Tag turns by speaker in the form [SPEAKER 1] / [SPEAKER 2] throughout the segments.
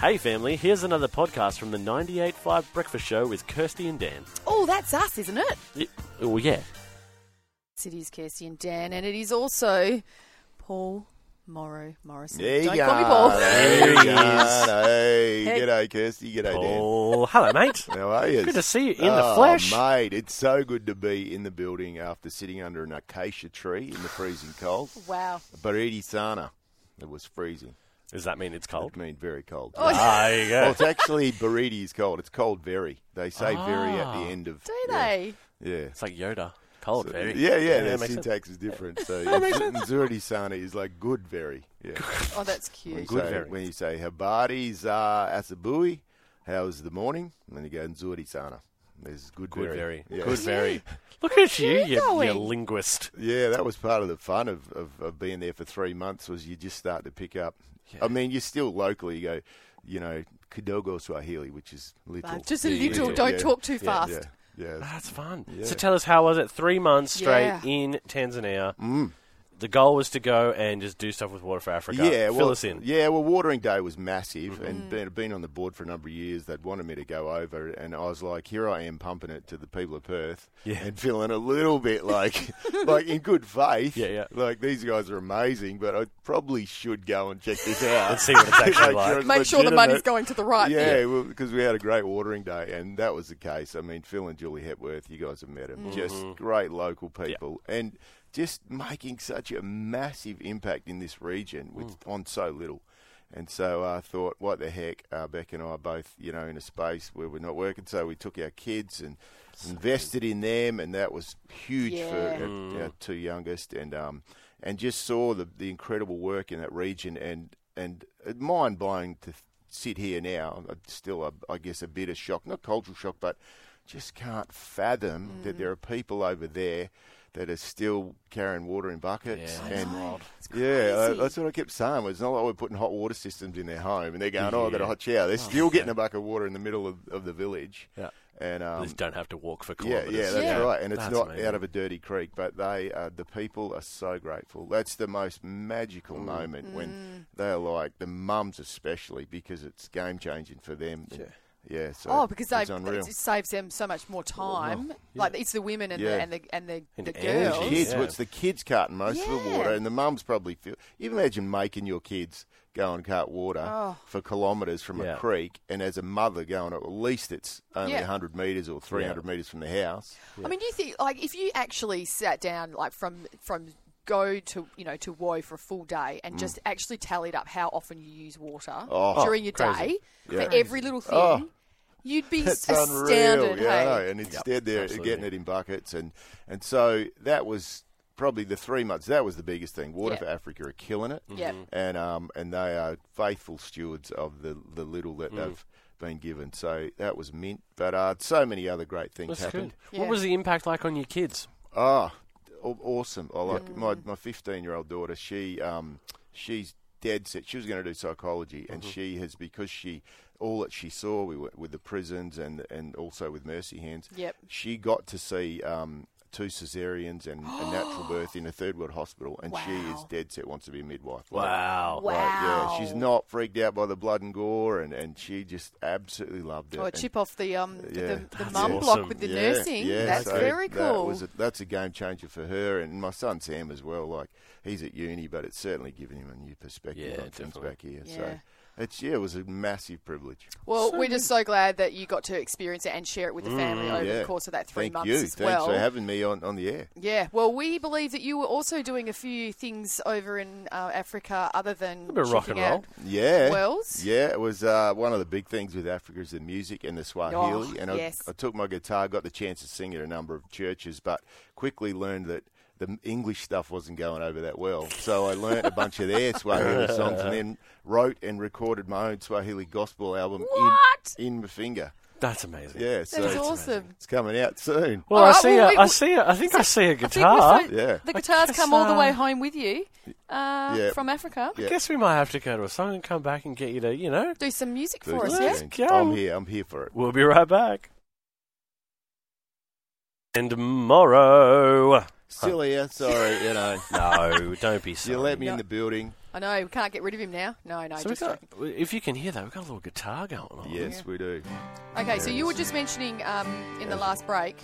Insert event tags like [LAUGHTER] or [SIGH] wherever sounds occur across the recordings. [SPEAKER 1] Hey, family, here's another podcast from the 98.5 Breakfast Show with Kirsty and Dan.
[SPEAKER 2] Oh, that's us, isn't it?
[SPEAKER 1] Y- Oh, yeah.
[SPEAKER 2] It is Kirsty and Dan, and it is also Paul Morrow Morrison.
[SPEAKER 3] There you
[SPEAKER 2] Don't
[SPEAKER 3] go.
[SPEAKER 2] call me
[SPEAKER 3] [LAUGHS]
[SPEAKER 2] Paul.
[SPEAKER 3] There
[SPEAKER 1] There
[SPEAKER 3] you
[SPEAKER 1] he
[SPEAKER 3] go.
[SPEAKER 1] is.
[SPEAKER 3] Hey,
[SPEAKER 2] Hey.
[SPEAKER 3] g'day, Kirsty. G'day,
[SPEAKER 1] Oh, hello,
[SPEAKER 3] [LAUGHS]
[SPEAKER 1] mate.
[SPEAKER 3] Dan. How are you?
[SPEAKER 1] Good to see you in the
[SPEAKER 3] Oh,
[SPEAKER 1] flesh.
[SPEAKER 3] mate. It's so good to be in the building after sitting under an acacia tree in the freezing cold.
[SPEAKER 2] Wow.
[SPEAKER 3] Baridi Sana. It was freezing.
[SPEAKER 1] Does that mean it's
[SPEAKER 3] I [LAUGHS]
[SPEAKER 1] cold?
[SPEAKER 3] mean, very cold.
[SPEAKER 2] Oh,
[SPEAKER 1] Ah, there you
[SPEAKER 3] Well,
[SPEAKER 1] go.
[SPEAKER 3] it's actually Baridi is cold. It's cold very. They say very at the end of.
[SPEAKER 2] do
[SPEAKER 3] yeah,
[SPEAKER 2] they?
[SPEAKER 3] Yeah.
[SPEAKER 1] It's like Yoda. Ah. Cold,
[SPEAKER 3] Yeah,
[SPEAKER 1] baby.
[SPEAKER 3] yeah,
[SPEAKER 1] that
[SPEAKER 3] their
[SPEAKER 1] makes sense.
[SPEAKER 3] syntax is different.
[SPEAKER 2] [LAUGHS]
[SPEAKER 3] So Zurdi Sana is like good very. Yeah.
[SPEAKER 1] [LAUGHS]
[SPEAKER 2] Oh, that's
[SPEAKER 3] When you,
[SPEAKER 2] cute.
[SPEAKER 1] Good
[SPEAKER 3] say,
[SPEAKER 1] variant.
[SPEAKER 3] when you say Habari za Asabui, how's the morning? And then you go Nzuri sana. There's good,
[SPEAKER 1] Good
[SPEAKER 3] variant.
[SPEAKER 1] very.
[SPEAKER 3] Yeah.
[SPEAKER 1] Good very. Look at you,
[SPEAKER 2] you
[SPEAKER 1] you, you
[SPEAKER 2] going?
[SPEAKER 1] linguist.
[SPEAKER 3] Yeah, that was part of the fun of, of, of being there for three months was you just start to pick up. I mean, you're still locally. You go, you know, Kidogo Swahili, which is little.
[SPEAKER 2] But just a little.
[SPEAKER 3] Yeah,
[SPEAKER 2] Don't
[SPEAKER 3] yeah,
[SPEAKER 2] talk too
[SPEAKER 3] yeah,
[SPEAKER 2] fast.
[SPEAKER 3] Yeah, yeah.
[SPEAKER 1] That's fun.
[SPEAKER 3] Yeah.
[SPEAKER 1] So tell us, how was it? Three months straight
[SPEAKER 2] Yeah.
[SPEAKER 1] in Tanzania.
[SPEAKER 3] Mm.
[SPEAKER 1] The goal was to go and just do stuff with Water for Africa.
[SPEAKER 3] Yeah,
[SPEAKER 1] Fill
[SPEAKER 3] well,
[SPEAKER 1] us in. Mm-hmm.
[SPEAKER 3] Yeah, well, watering day was massive, and being, being on the board for a number of years, they'd wanted me to go over, and I was like, here I am pumping it to the people of Perth,
[SPEAKER 1] Yeah.
[SPEAKER 3] and feeling a little
[SPEAKER 1] [LAUGHS]
[SPEAKER 3] bit like, like in good faith,
[SPEAKER 1] Yeah, yeah.
[SPEAKER 3] like these guys are amazing, but I probably should go and check
[SPEAKER 1] [LAUGHS]
[SPEAKER 3] this out
[SPEAKER 1] Let's see what
[SPEAKER 3] [LAUGHS]
[SPEAKER 1] it's actually
[SPEAKER 3] Like,
[SPEAKER 1] like.
[SPEAKER 3] you're
[SPEAKER 2] Make sure the money's
[SPEAKER 3] legitimate.
[SPEAKER 2] going to the right.
[SPEAKER 3] Yeah, well, because we had a great watering day, and that was the case. I mean, Phil and Julie Hepworth, you guys have met them, just great local people, and just making such a massive impact in this region with on so little. And so I thought, what the heck? Uh, Beck and I are both, you know, in a space where we're not working, so we took our kids and invested in them, and that was huge
[SPEAKER 2] Yeah.
[SPEAKER 3] for our- our two youngest, and um, and just saw the the incredible work in that region, and and mind blowing to sit here now. I'm Still, I, I guess, a bit of shock, not cultural shock, but just can't fathom that there are people over there that are still carrying water in buckets.
[SPEAKER 1] Yeah,
[SPEAKER 3] and
[SPEAKER 2] It's
[SPEAKER 3] yeah, uh,
[SPEAKER 2] crazy.
[SPEAKER 3] that's what I kept saying. was It's not like we're putting hot water systems in their home and they're going, "Oh, I got a hot shower." They're still getting a bucket of water in the middle of, of the village.
[SPEAKER 1] Yeah.
[SPEAKER 3] and
[SPEAKER 1] At
[SPEAKER 3] um,
[SPEAKER 1] least don't have to walk for
[SPEAKER 3] yeah,
[SPEAKER 1] kilometres.
[SPEAKER 3] yeah, that's
[SPEAKER 2] Yeah.
[SPEAKER 3] right. And it's
[SPEAKER 1] That's
[SPEAKER 3] not
[SPEAKER 1] amazing.
[SPEAKER 3] out of a dirty creek, but they, uh, the people are so grateful. That's the most
[SPEAKER 1] Mm.
[SPEAKER 3] magical moment
[SPEAKER 2] Mm.
[SPEAKER 3] when they're like the mums, especially because it's game changing for them. Yeah, so
[SPEAKER 2] Oh, because they
[SPEAKER 3] it's unreal.
[SPEAKER 2] it saves them so much more time. Like it's the women and
[SPEAKER 3] Yeah.
[SPEAKER 2] the and the and the,
[SPEAKER 1] And
[SPEAKER 2] the
[SPEAKER 1] energy.
[SPEAKER 2] girls.
[SPEAKER 3] kids,
[SPEAKER 1] Yeah.
[SPEAKER 3] what's the kids carting most of the
[SPEAKER 2] Yeah.
[SPEAKER 3] water, and the mums probably feel. You imagine making your kids go and cart water
[SPEAKER 2] Oh.
[SPEAKER 3] for kilometres from
[SPEAKER 1] Yeah.
[SPEAKER 3] a creek, and as a mother going, at least it's only
[SPEAKER 2] Yeah.
[SPEAKER 3] 100 metres or 300 metres from the house.
[SPEAKER 2] I mean, do you think like if you actually sat down like from from go to you know to Woe for a full day and just actually tallied up how often you use water
[SPEAKER 3] Mm. Oh,
[SPEAKER 2] during your
[SPEAKER 1] crazy.
[SPEAKER 2] day
[SPEAKER 3] Yeah.
[SPEAKER 2] for every little thing,
[SPEAKER 3] Oh.
[SPEAKER 2] you'd be
[SPEAKER 3] [LAUGHS] That's
[SPEAKER 2] astounded.
[SPEAKER 3] unreal. Yeah, I know.
[SPEAKER 2] hey?
[SPEAKER 3] And instead, they're
[SPEAKER 1] absolutely.
[SPEAKER 3] getting it in buckets, and and so that was probably the three months. That was the biggest thing. Water
[SPEAKER 2] Yeah.
[SPEAKER 3] for Africa are killing it.
[SPEAKER 2] Yep. Mhm.
[SPEAKER 3] and um and they are faithful stewards of the the little that
[SPEAKER 1] Mm.
[SPEAKER 3] they've been given. So that was mint. But uh, so many other great things
[SPEAKER 1] That's
[SPEAKER 3] happened.
[SPEAKER 1] good.
[SPEAKER 2] Yeah.
[SPEAKER 1] What was the impact like on your kids?
[SPEAKER 3] Ah, aw- awesome. I like my my fifteen year old daughter. She um she's dead set. She was going to do psychology, and
[SPEAKER 2] Mm-hmm.
[SPEAKER 3] she has because she all that she saw we were, with the prisons and and also with Mercy Hands.
[SPEAKER 2] Yep.
[SPEAKER 3] She got to see. Um, Two cesareans and a natural
[SPEAKER 2] [GASPS]
[SPEAKER 3] birth in a third world hospital, and she is
[SPEAKER 2] Wow.
[SPEAKER 3] dead set wants to be a midwife. Like,
[SPEAKER 1] Wow.
[SPEAKER 2] Wow.
[SPEAKER 3] like, yeah, she's not freaked out by the blood and gore, and, and she just absolutely loved it.
[SPEAKER 2] Or
[SPEAKER 3] And-
[SPEAKER 2] Oh, chip off the um the,
[SPEAKER 3] Yeah.
[SPEAKER 2] the
[SPEAKER 3] That's
[SPEAKER 2] mum
[SPEAKER 1] awesome.
[SPEAKER 2] block with the
[SPEAKER 3] yeah,
[SPEAKER 2] nursing.
[SPEAKER 3] yeah,
[SPEAKER 2] That's
[SPEAKER 3] so
[SPEAKER 2] very
[SPEAKER 3] that
[SPEAKER 2] cool.
[SPEAKER 3] was a- that's a game changer for her and my son Sam as well. Like he's at uni, but it's certainly given him a new perspective
[SPEAKER 1] Yeah,
[SPEAKER 3] on things
[SPEAKER 1] definitely.
[SPEAKER 3] back here.
[SPEAKER 2] Yeah.
[SPEAKER 3] So it's yeah, it was a massive privilege.
[SPEAKER 2] well, we're just so glad that you got to experience it and share it with the family over
[SPEAKER 3] Mm, yeah.
[SPEAKER 2] the course of that three
[SPEAKER 3] Thank
[SPEAKER 2] months
[SPEAKER 3] you.
[SPEAKER 2] as
[SPEAKER 3] Thanks
[SPEAKER 2] well.
[SPEAKER 3] for having me on, on the air.
[SPEAKER 2] Yeah, well, we believe that you were also doing a few things over in uh, Africa other than
[SPEAKER 1] bit of rock
[SPEAKER 2] checking
[SPEAKER 1] and roll.
[SPEAKER 2] out-
[SPEAKER 3] Yeah.
[SPEAKER 2] Wells?
[SPEAKER 3] Yeah, it was uh, one of the big things with Africa is the music and the Swahili.
[SPEAKER 2] Oh,
[SPEAKER 3] and I,
[SPEAKER 2] yes.
[SPEAKER 3] I took my guitar, got the chance to sing at a number of churches, but quickly learned that the English stuff wasn't going over that well. So I learnt a bunch
[SPEAKER 2] [LAUGHS]
[SPEAKER 3] of their Swahili songs and then wrote and recorded my own Swahili gospel album
[SPEAKER 2] What?
[SPEAKER 3] in in Mafinga.
[SPEAKER 1] That's amazing.
[SPEAKER 3] Yeah, so
[SPEAKER 2] That's
[SPEAKER 3] it's,
[SPEAKER 2] awesome.
[SPEAKER 3] it's coming out soon.
[SPEAKER 1] Well,
[SPEAKER 2] All
[SPEAKER 1] I
[SPEAKER 2] right,
[SPEAKER 1] see.
[SPEAKER 2] well,
[SPEAKER 1] a,
[SPEAKER 2] we-
[SPEAKER 1] I
[SPEAKER 2] we-
[SPEAKER 1] see. A, I think I see a
[SPEAKER 2] I think we're
[SPEAKER 1] guitar. I,
[SPEAKER 2] so-
[SPEAKER 3] Yeah.
[SPEAKER 2] The guitars
[SPEAKER 1] guess,
[SPEAKER 2] come all the
[SPEAKER 1] uh,
[SPEAKER 2] way home with you uh,
[SPEAKER 3] Yeah.
[SPEAKER 2] from Africa.
[SPEAKER 3] Yeah.
[SPEAKER 1] guess we might have to go to a song and come back and get you to, you know.
[SPEAKER 2] Do some music for us,
[SPEAKER 1] Let's
[SPEAKER 2] yeah?
[SPEAKER 1] Yes. go.
[SPEAKER 3] I'm here. I'm here for it.
[SPEAKER 1] We'll be right back. And Morrow.
[SPEAKER 3] Still here. eh? Sorry,
[SPEAKER 1] [LAUGHS]
[SPEAKER 3] you know.
[SPEAKER 1] No,
[SPEAKER 2] [LAUGHS]
[SPEAKER 1] don't be silly.
[SPEAKER 3] You let me in
[SPEAKER 2] No.
[SPEAKER 3] the building.
[SPEAKER 2] I know we can't get rid of him now. No, no.
[SPEAKER 1] So we
[SPEAKER 2] just
[SPEAKER 1] got,
[SPEAKER 2] joking.
[SPEAKER 1] if you can hear that, we've got a little guitar going on.
[SPEAKER 3] Yes, we do.
[SPEAKER 2] okay. So you were just mentioning um, in the last break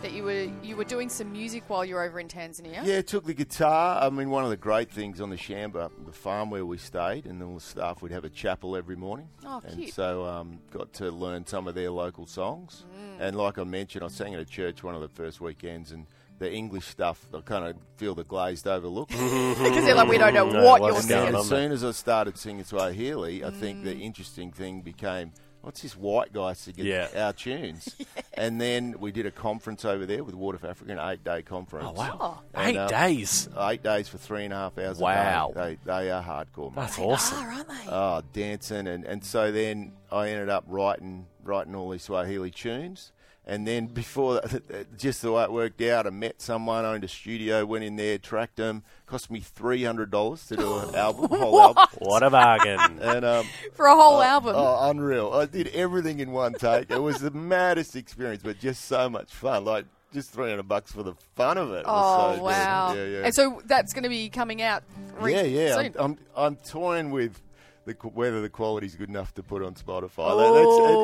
[SPEAKER 2] that you were you were doing some music while you were over in Tanzania.
[SPEAKER 3] Yeah, took the guitar. I mean, one of the great things on the Shamba, the farm where we stayed, and all the staff would have a chapel every morning.
[SPEAKER 2] Oh,
[SPEAKER 3] and
[SPEAKER 2] cute.
[SPEAKER 3] so um, got to learn some of their local songs.
[SPEAKER 2] Mm.
[SPEAKER 3] And like I mentioned, I sang at a church one of the first weekends, and the English stuff, I kind of feel the glazed over look.
[SPEAKER 2] [LAUGHS] Because they're like we don't know
[SPEAKER 1] Mm, No,
[SPEAKER 2] what
[SPEAKER 1] what's
[SPEAKER 2] you're
[SPEAKER 3] and
[SPEAKER 1] going
[SPEAKER 3] then
[SPEAKER 2] singing.
[SPEAKER 1] on?
[SPEAKER 3] as soon as I started singing Swahili, I think
[SPEAKER 2] Mm.
[SPEAKER 3] the interesting thing became. What's this white guy singing
[SPEAKER 1] Yeah.
[SPEAKER 2] [LAUGHS]
[SPEAKER 3] our tunes? And then we did a conference over there with Water for Africa, an eight day conference.
[SPEAKER 1] Oh, wow.
[SPEAKER 3] Oh.
[SPEAKER 1] Eight
[SPEAKER 3] And, uh,
[SPEAKER 1] days.
[SPEAKER 3] Eight days for three and a half hours. a
[SPEAKER 1] Wow.
[SPEAKER 3] day. They, they are hardcore. Man.
[SPEAKER 1] That's awesome. Uh,
[SPEAKER 2] Are, aren't they?
[SPEAKER 3] Oh, dancing and, and so then I ended up writing writing all these Swahili tunes, and then [LAUGHS] before that, [LAUGHS] just the way it worked out, I met someone, owned a studio, went in there, tracked them. Cost me three hundred dollars to do
[SPEAKER 2] [LAUGHS]
[SPEAKER 3] an album, whole album,
[SPEAKER 1] What a
[SPEAKER 3] [LAUGHS]
[SPEAKER 1] bargain.
[SPEAKER 3] and um,
[SPEAKER 2] For a
[SPEAKER 1] uh,
[SPEAKER 2] whole album.
[SPEAKER 3] Oh, unreal! I did everything in one take. It was the maddest experience, but just so much fun. Like just three hundred bucks for the fun of it. It was
[SPEAKER 2] Oh
[SPEAKER 3] so good.
[SPEAKER 2] wow!
[SPEAKER 3] Yeah, yeah.
[SPEAKER 2] And so that's going to be coming out. Re-
[SPEAKER 3] Yeah, yeah.
[SPEAKER 2] Soon.
[SPEAKER 3] I'm, I'm, I'm toying with the, qu- whether the quality's good enough to put on Spotify.
[SPEAKER 2] Oh.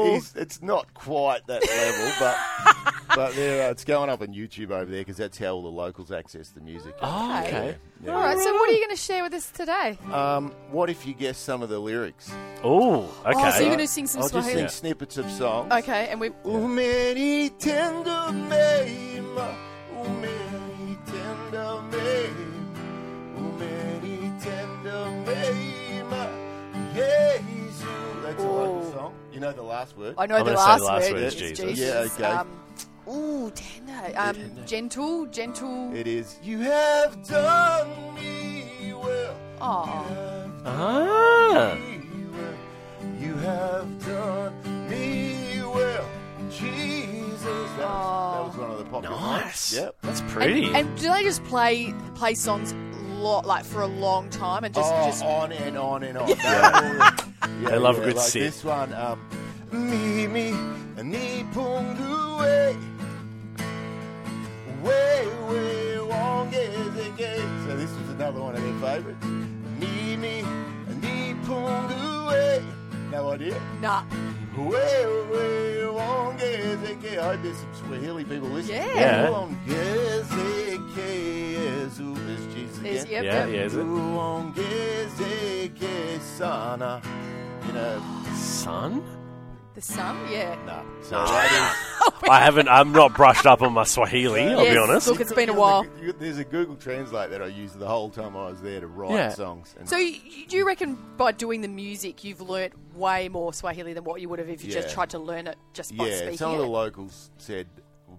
[SPEAKER 3] That- That's, it is, it's not quite that level, but
[SPEAKER 1] [LAUGHS]
[SPEAKER 3] but there, uh, it's going up on YouTube over there because that's how all the locals access the music.
[SPEAKER 1] Oh, okay.
[SPEAKER 3] Yeah.
[SPEAKER 2] All right. So what are you going to share with us today?
[SPEAKER 3] Um, what if you guess some of the lyrics?
[SPEAKER 1] Oh,
[SPEAKER 2] Oh, so you're
[SPEAKER 1] okay.
[SPEAKER 2] going to sing some
[SPEAKER 3] I'll just
[SPEAKER 2] Swahili?
[SPEAKER 3] sing snippets of songs.
[SPEAKER 2] Okay, and we.
[SPEAKER 3] Umenitenda mema, umenitenda mema, umenitenda mema, Yesu. That's a local
[SPEAKER 2] Ooh.
[SPEAKER 3] song. You know the last word?
[SPEAKER 2] Oh. I know
[SPEAKER 1] I'm
[SPEAKER 2] the,
[SPEAKER 1] gonna say
[SPEAKER 2] last
[SPEAKER 1] the last
[SPEAKER 2] word
[SPEAKER 1] word
[SPEAKER 2] is
[SPEAKER 1] is
[SPEAKER 2] Jesus.
[SPEAKER 1] Jesus.
[SPEAKER 3] Yeah, okay.
[SPEAKER 2] Um, ooh, tender. Um, Gentle, gentle.
[SPEAKER 3] It is, you have done me well.
[SPEAKER 2] Aw.
[SPEAKER 1] Ah.
[SPEAKER 3] You have done me well, Jesus. That was, that was one of the popular ones.
[SPEAKER 1] Nice.
[SPEAKER 3] Yep.
[SPEAKER 1] That's pretty.
[SPEAKER 2] And, and do they just play play songs lot like for a long time and just
[SPEAKER 3] oh,
[SPEAKER 2] just
[SPEAKER 3] on and on and on. Yeah,
[SPEAKER 1] [LAUGHS] I love a
[SPEAKER 3] yeah,
[SPEAKER 1] good
[SPEAKER 3] like
[SPEAKER 1] sit.
[SPEAKER 3] This one, um, mimi nipungue, wewe wongezeke. So this was another one of their favourites. Mimi nipungue. No idea.
[SPEAKER 2] nah?
[SPEAKER 3] Wewe wongezeke. I hope there's some Swahili people listening.
[SPEAKER 2] Yeah.
[SPEAKER 1] Yeah.
[SPEAKER 3] Wongezeke, Yesu is Jesus.
[SPEAKER 2] There's, yep,
[SPEAKER 3] again.
[SPEAKER 1] yeah,
[SPEAKER 2] yep.
[SPEAKER 1] yeah, is it?
[SPEAKER 3] Uongezeke sana. You know,
[SPEAKER 1] Son?
[SPEAKER 2] The sun, yeah.
[SPEAKER 3] nah. So
[SPEAKER 1] Nah.
[SPEAKER 3] that is-
[SPEAKER 1] I haven't, I'm not brushed up on my Swahili, Ah, I'll
[SPEAKER 2] Yes,
[SPEAKER 1] be honest.
[SPEAKER 2] look, it's been a while.
[SPEAKER 3] You- There's a Google Translate that I used the whole time I was there to write
[SPEAKER 1] Yeah.
[SPEAKER 3] songs. And
[SPEAKER 2] So you, you- do you reckon by doing the music you've learnt way more Swahili than what you would have if you just
[SPEAKER 3] Yeah.
[SPEAKER 2] tried to learn it just by
[SPEAKER 3] yeah,
[SPEAKER 2] speaking
[SPEAKER 3] some of
[SPEAKER 2] it?
[SPEAKER 3] the locals said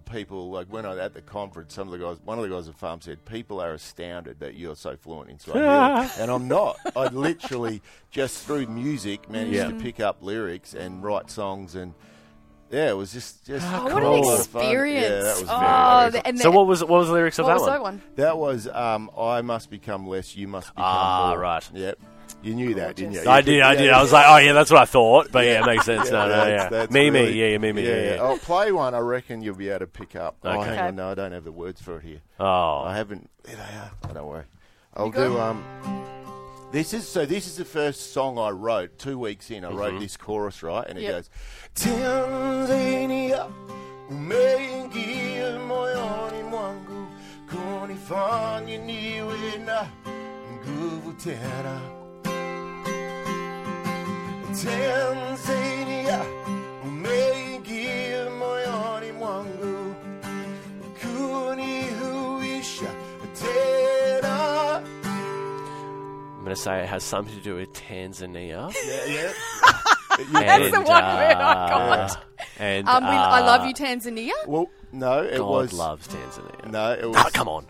[SPEAKER 3] people like when I was at the conference, some of the guys, one of the guys at the farm said, people are astounded that you're so fluent in
[SPEAKER 1] [LAUGHS]
[SPEAKER 3] Swahili, and I'm not. I literally just through music managed
[SPEAKER 1] Yeah.
[SPEAKER 3] to pick up lyrics and write songs and. Yeah, it was just just
[SPEAKER 1] Oh,
[SPEAKER 2] Oh, what
[SPEAKER 1] Cool.
[SPEAKER 2] an
[SPEAKER 1] Lot
[SPEAKER 3] lot of fun.
[SPEAKER 2] experience!
[SPEAKER 3] Yeah, that was very,
[SPEAKER 2] oh,
[SPEAKER 3] very
[SPEAKER 2] the- and
[SPEAKER 1] So
[SPEAKER 2] the-
[SPEAKER 1] what was what was the lyrics of
[SPEAKER 2] what
[SPEAKER 1] that
[SPEAKER 2] was
[SPEAKER 1] one?
[SPEAKER 2] that one?
[SPEAKER 3] That was um, I must become less, you must become
[SPEAKER 1] Ah,
[SPEAKER 3] more.
[SPEAKER 1] right.
[SPEAKER 3] Yep. You knew that, didn't you?
[SPEAKER 2] Gorgeous.
[SPEAKER 1] I did, I did. I was like, oh yeah, that's what I thought. But yeah, it
[SPEAKER 2] [LAUGHS]
[SPEAKER 1] makes sense. no, no, yeah.
[SPEAKER 3] that's- that's
[SPEAKER 1] me,
[SPEAKER 3] really-
[SPEAKER 1] me, yeah, yeah, me, me, yeah. yeah.
[SPEAKER 3] I'll play one. I reckon you'll be able to pick up. Oh,
[SPEAKER 1] Okay.
[SPEAKER 3] hang on. No, I don't have the words for it here. I
[SPEAKER 1] Oh,
[SPEAKER 3] haven't. There they are. Oh, don't worry. I'll
[SPEAKER 2] got
[SPEAKER 3] do.
[SPEAKER 2] it?
[SPEAKER 3] Um, this is so. This is the first song I wrote. Two weeks in, I wrote this chorus right, and it
[SPEAKER 2] Yep.
[SPEAKER 3] goes. Tanzania umeingia moyoni mwangu kunifanya niwe na nguvu tena. Tanzania umeingia moyoni mwangu kunihuisha tena.
[SPEAKER 1] I'm gonna say it has something to do with
[SPEAKER 2] [LAUGHS]
[SPEAKER 1] Tanzania.
[SPEAKER 3] Yeah, yeah.
[SPEAKER 1] [LAUGHS] That's
[SPEAKER 2] the one word I got.
[SPEAKER 1] And
[SPEAKER 2] Um, we,
[SPEAKER 3] Ah.
[SPEAKER 2] I love
[SPEAKER 1] uh,
[SPEAKER 2] you, Tanzania.
[SPEAKER 3] Well, no, it
[SPEAKER 1] God
[SPEAKER 3] was
[SPEAKER 1] loves Tanzania.
[SPEAKER 3] no, it was
[SPEAKER 1] Ah, come
[SPEAKER 2] [LAUGHS]
[SPEAKER 1] on.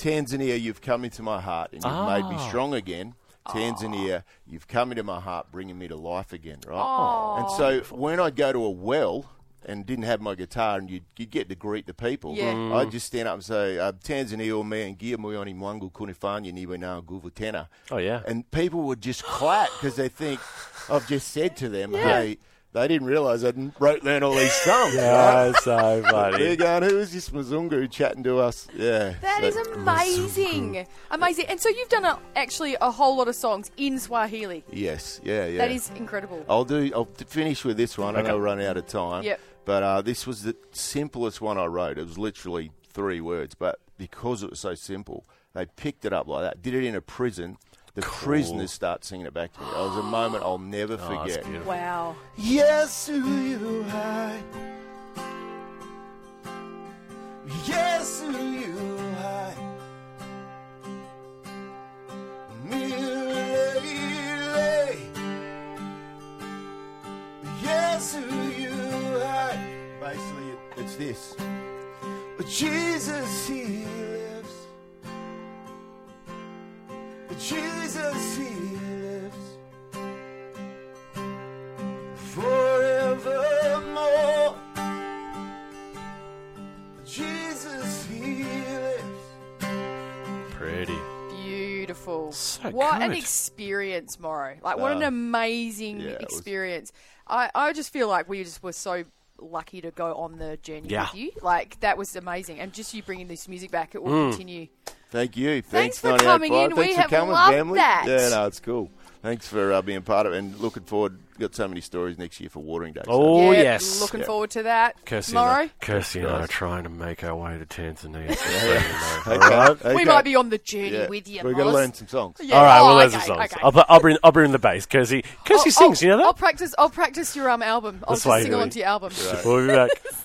[SPEAKER 3] Tanzania, you've come into my heart and you've made me
[SPEAKER 1] Ah.
[SPEAKER 3] strong again. Tanzania,
[SPEAKER 2] Ah.
[SPEAKER 3] you've come into my heart, bringing me to life again, right?
[SPEAKER 2] Aw.
[SPEAKER 3] And so when I'd go to a well and didn't have my guitar and you'd, you'd get to greet the people,
[SPEAKER 2] Yeah. Mm.
[SPEAKER 3] I'd just stand up and say, uh, Tanzania, or me and Gia Moyoni Mwangu Kunifanya Niwe Na Nguvu Tena.
[SPEAKER 1] Oh yeah.
[SPEAKER 3] And people would just clap because they think, I've just said to them, hey, They didn't realise I'd wrote down all these sums.
[SPEAKER 1] Yeah,
[SPEAKER 3] [LAUGHS]
[SPEAKER 1] so
[SPEAKER 3] right? They're
[SPEAKER 1] funny.
[SPEAKER 3] going, who is this Mzungu chatting to us? Yeah.
[SPEAKER 2] That
[SPEAKER 3] so-
[SPEAKER 2] is amazing. Amazing. And so you've done a, actually a whole lot of songs in Swahili.
[SPEAKER 3] Yes, yeah, yeah. Oh.
[SPEAKER 2] That is incredible.
[SPEAKER 3] I'll do. I'll t- finish with this one. I know I'll run out of time.
[SPEAKER 2] Yep.
[SPEAKER 3] But uh, this was the simplest one I wrote. It was literally three words, but because it was so simple, they picked it up like that. Did it in a prison. The prisoners start singing it back to me. It was a moment I'll never
[SPEAKER 1] Oh, that's
[SPEAKER 3] forget.
[SPEAKER 1] beautiful.
[SPEAKER 2] Wow.
[SPEAKER 3] Yes, to you I. Yes, to you I. Milele. Yes, to you I. Basically, it- it's this. Jesus, he lives. Jesus, he lives forevermore. Jesus, He lives.
[SPEAKER 1] Pretty.
[SPEAKER 2] Beautiful.
[SPEAKER 1] So
[SPEAKER 2] what an
[SPEAKER 1] good.
[SPEAKER 2] experience, Morrow. Like, what an amazing
[SPEAKER 3] Ah. yeah, it was-
[SPEAKER 2] experience. I, I just feel like we just were so lucky to go on the journey
[SPEAKER 1] Yeah.
[SPEAKER 2] with you. Like, that was amazing. And just you bringing this music back, it will
[SPEAKER 3] Mm.
[SPEAKER 2] continue.
[SPEAKER 3] Thank you.
[SPEAKER 2] Thanks
[SPEAKER 3] Thanks,
[SPEAKER 2] for coming
[SPEAKER 3] 98.5.
[SPEAKER 2] in.
[SPEAKER 3] Thanks
[SPEAKER 2] We
[SPEAKER 3] for
[SPEAKER 2] have
[SPEAKER 3] coming,
[SPEAKER 2] loved
[SPEAKER 3] family.
[SPEAKER 2] that.
[SPEAKER 3] Yeah, no, it's cool. Thanks for uh, being part of it and looking forward. Got so many stories next year for Watering Day. so-
[SPEAKER 1] Oh,
[SPEAKER 2] Yeah,
[SPEAKER 1] yes.
[SPEAKER 2] Looking forward to that.
[SPEAKER 1] Kirsty
[SPEAKER 2] Morrow,
[SPEAKER 1] and I, Kirsty and I are
[SPEAKER 3] Christ.
[SPEAKER 1] trying to make our way to Tanzania.
[SPEAKER 2] [LAUGHS]
[SPEAKER 3] Okay,
[SPEAKER 2] we
[SPEAKER 3] okay.
[SPEAKER 2] might be on the journey
[SPEAKER 3] Yeah.
[SPEAKER 2] with you,
[SPEAKER 3] We've got to
[SPEAKER 2] Moz.
[SPEAKER 3] learn some songs.
[SPEAKER 2] Yeah.
[SPEAKER 1] All right,
[SPEAKER 2] Oh,
[SPEAKER 1] well, there's the
[SPEAKER 2] okay,
[SPEAKER 1] songs.
[SPEAKER 2] okay. Oh,
[SPEAKER 1] I'll, pl- I'll, bring, I'll bring the bass. Kirsty, Kirsty
[SPEAKER 2] I'll-
[SPEAKER 1] sings, you know
[SPEAKER 2] I'll
[SPEAKER 1] that?
[SPEAKER 2] practice. I'll practice your um album. I'll
[SPEAKER 1] The
[SPEAKER 2] just sing
[SPEAKER 1] Swahili.
[SPEAKER 2] along to your album.
[SPEAKER 1] We'll be back.
[SPEAKER 2] [LAUGHS]